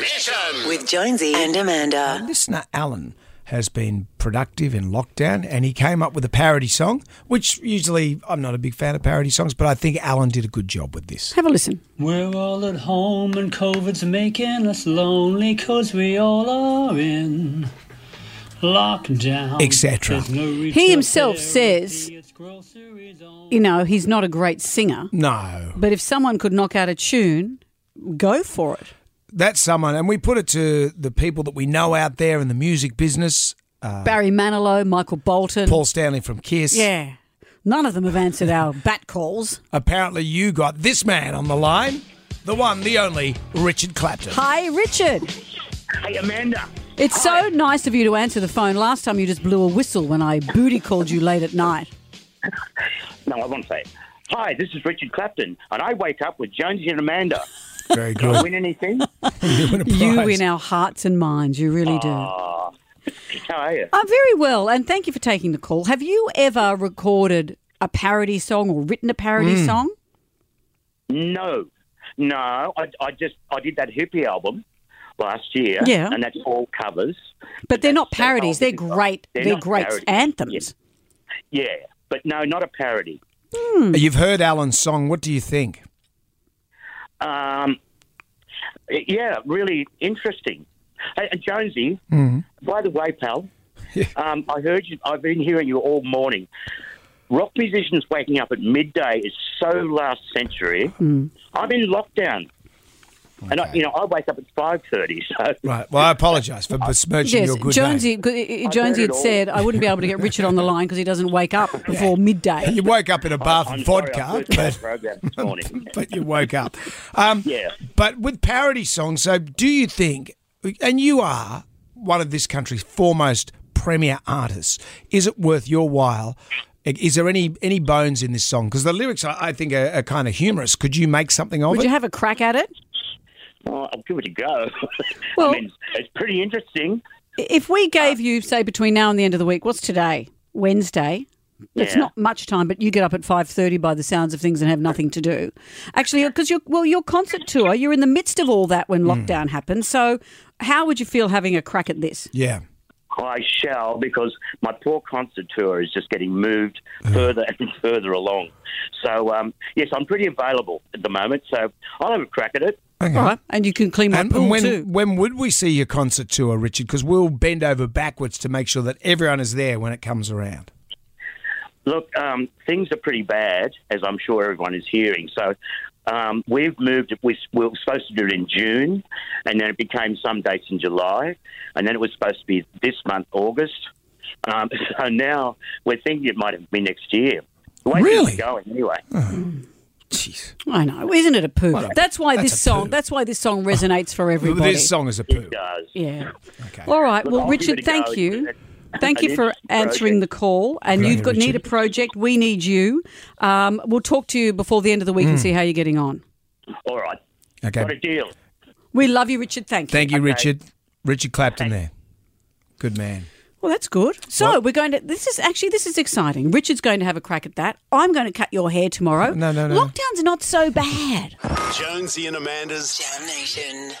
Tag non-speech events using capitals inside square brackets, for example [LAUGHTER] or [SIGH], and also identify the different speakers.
Speaker 1: Mission.
Speaker 2: with Jonesy and Amanda.
Speaker 3: Listener Alan has been productive in lockdown and he came up with a parody song, which usually I'm not a big fan of parody songs, but I think Alan did a good job with this.
Speaker 4: Have a listen.
Speaker 5: We're all at home and COVID's making us lonely 'cause we all are in lockdown.
Speaker 3: Etc.
Speaker 5: There's no retail
Speaker 4: He himself
Speaker 5: therapy,
Speaker 4: says,
Speaker 5: it's groceries only.
Speaker 4: you know, he's not a great singer,
Speaker 3: No.
Speaker 4: but if someone could knock out a tune, go for it.
Speaker 3: That's someone, and we put it to the people that we know out there in the music business
Speaker 4: Barry Manilow, Michael Bolton.
Speaker 3: Paul Stanley from Kiss.
Speaker 4: Yeah. None of them have answered our bat calls.
Speaker 3: Apparently, you got this man on the line, the one, the only, Richard Clapton.
Speaker 4: Hi, Richard.
Speaker 1: Hey, Amanda.
Speaker 4: It's so nice of you to answer the phone. Last time you just blew a whistle when I booty called you late at night.
Speaker 1: No, I won't say it. Hi, this is Richard Clapton, and I wake up with Jonesy and Amanda.
Speaker 3: Very
Speaker 1: Do I
Speaker 3: good.
Speaker 1: win anything?
Speaker 3: you win a
Speaker 4: You
Speaker 3: prize.
Speaker 4: in our hearts and minds. You really do.
Speaker 1: How are you?
Speaker 4: I'm Uh, very well, and thank you for taking the call. Have you ever recorded a parody song or written a parody song?
Speaker 1: No, no. I, I just I did that hippie album last year.
Speaker 4: Yeah.
Speaker 1: and that's all covers.
Speaker 4: But they're not
Speaker 1: That's- that's
Speaker 4: parodies.
Speaker 1: all
Speaker 4: They're
Speaker 1: different.
Speaker 4: great. They're,
Speaker 1: They're not
Speaker 4: great
Speaker 1: parodies.
Speaker 4: anthems.
Speaker 1: Yeah, but no, not a parody.
Speaker 3: You've heard Alan's song. What do you think?
Speaker 1: Um, yeah, really interesting. Hey, and Jonesy,
Speaker 3: Mm-hmm.
Speaker 1: by the way,
Speaker 3: [LAUGHS]
Speaker 1: pal, um, I heard you. I've been hearing you all morning. Rock musicians waking up at midday is so last century. I'm in lockdown, and I, you know I wake up at five thirty. [LAUGHS] So
Speaker 3: Right. Well, I apologise for besmirching
Speaker 4: Yes,
Speaker 3: your good
Speaker 4: Jonesy.
Speaker 3: name.
Speaker 4: g- Jonesy
Speaker 1: heard
Speaker 4: had
Speaker 1: it all.
Speaker 4: said I wouldn't be able to get Richard on the line because he doesn't wake up before midday.
Speaker 3: You woke up in a bath
Speaker 1: I'm
Speaker 3: and
Speaker 1: sorry,
Speaker 3: vodka, [LAUGHS]
Speaker 1: I listened to
Speaker 3: but
Speaker 1: the program this morning. [LAUGHS]
Speaker 3: but you woke up. Um,
Speaker 1: Yeah.
Speaker 3: But with parody songs, so do you think, and you are one of this country's foremost premier artists, is it worth your while? Is there any any bones in this song? Because the lyrics, I, I think, are, are kind of humorous. Could you make something of
Speaker 4: Would
Speaker 3: it?
Speaker 4: you have a crack at it?
Speaker 1: Well, I'll give it a go. [LAUGHS]
Speaker 4: Well-
Speaker 1: I mean, it's pretty interesting.
Speaker 4: I- If
Speaker 3: Uh,
Speaker 4: we gave you, say, between now and the end of the week, what's today? Wednesday. It's
Speaker 1: Yeah.
Speaker 4: not much time, but you get up at five thirty by the sounds of things and have nothing to do. Actually, because you well, your concert tour, you're in the midst of all that
Speaker 3: Hmm.
Speaker 4: when lockdown happens. So, how would you feel having a crack at this?
Speaker 3: yeah.
Speaker 1: I shall because my poor concert tour is just getting moved further and [LAUGHS] further along. So um, yes, I'm pretty available at the moment. So I'll have a crack at it.
Speaker 3: Okay.
Speaker 4: All right, and you can clean my
Speaker 3: And,
Speaker 4: pool
Speaker 3: and when
Speaker 4: Mm, too.
Speaker 3: when would we see your concert tour, Richard? Because we'll bend over backwards to make sure that everyone is there when it comes around.
Speaker 1: Look, um, things are pretty bad, as I'm sure everyone is hearing. So um, we've moved. We, we were supposed to do it in June, and then it became some dates in July, and then it was supposed to be this month, August. Um, [LAUGHS] so now we're thinking it might have been next year. The way things are
Speaker 3: Really?
Speaker 1: Going anyway.
Speaker 3: Jeez,
Speaker 4: I know, isn't it a poo? that's why
Speaker 3: that's
Speaker 4: this
Speaker 3: a poo.
Speaker 4: song. That's why this song resonates for
Speaker 3: [LAUGHS]
Speaker 4: everybody.
Speaker 3: this song is a poo.
Speaker 1: It does.
Speaker 4: Yeah.
Speaker 3: Okay.
Speaker 4: All right.
Speaker 1: Look,
Speaker 4: Well,
Speaker 1: I'll give it
Speaker 4: Richard,
Speaker 1: a
Speaker 4: thank
Speaker 1: go.
Speaker 4: you.
Speaker 1: It's an-
Speaker 4: Thank
Speaker 1: an
Speaker 4: you for
Speaker 1: interesting
Speaker 4: answering the
Speaker 1: project.
Speaker 4: call. And you've got need a
Speaker 3: Richard.
Speaker 4: project. We need you. Um, we'll talk to you before the end of the week
Speaker 3: Mm.
Speaker 4: and see how you're getting on.
Speaker 1: All right.
Speaker 3: Okay.
Speaker 1: Got a deal.
Speaker 4: We love you, Richard. Thank you.
Speaker 3: Thank you, Richard. Richard Clapton there. Good man.
Speaker 4: Well, that's good. So we're going to. This is actually this is exciting. Richard's going to have a crack at that. I'm going to cut your hair tomorrow.
Speaker 3: No, no, no.
Speaker 4: Lockdown's not so bad.
Speaker 6: Jonesy and Amanda's
Speaker 2: Damnation.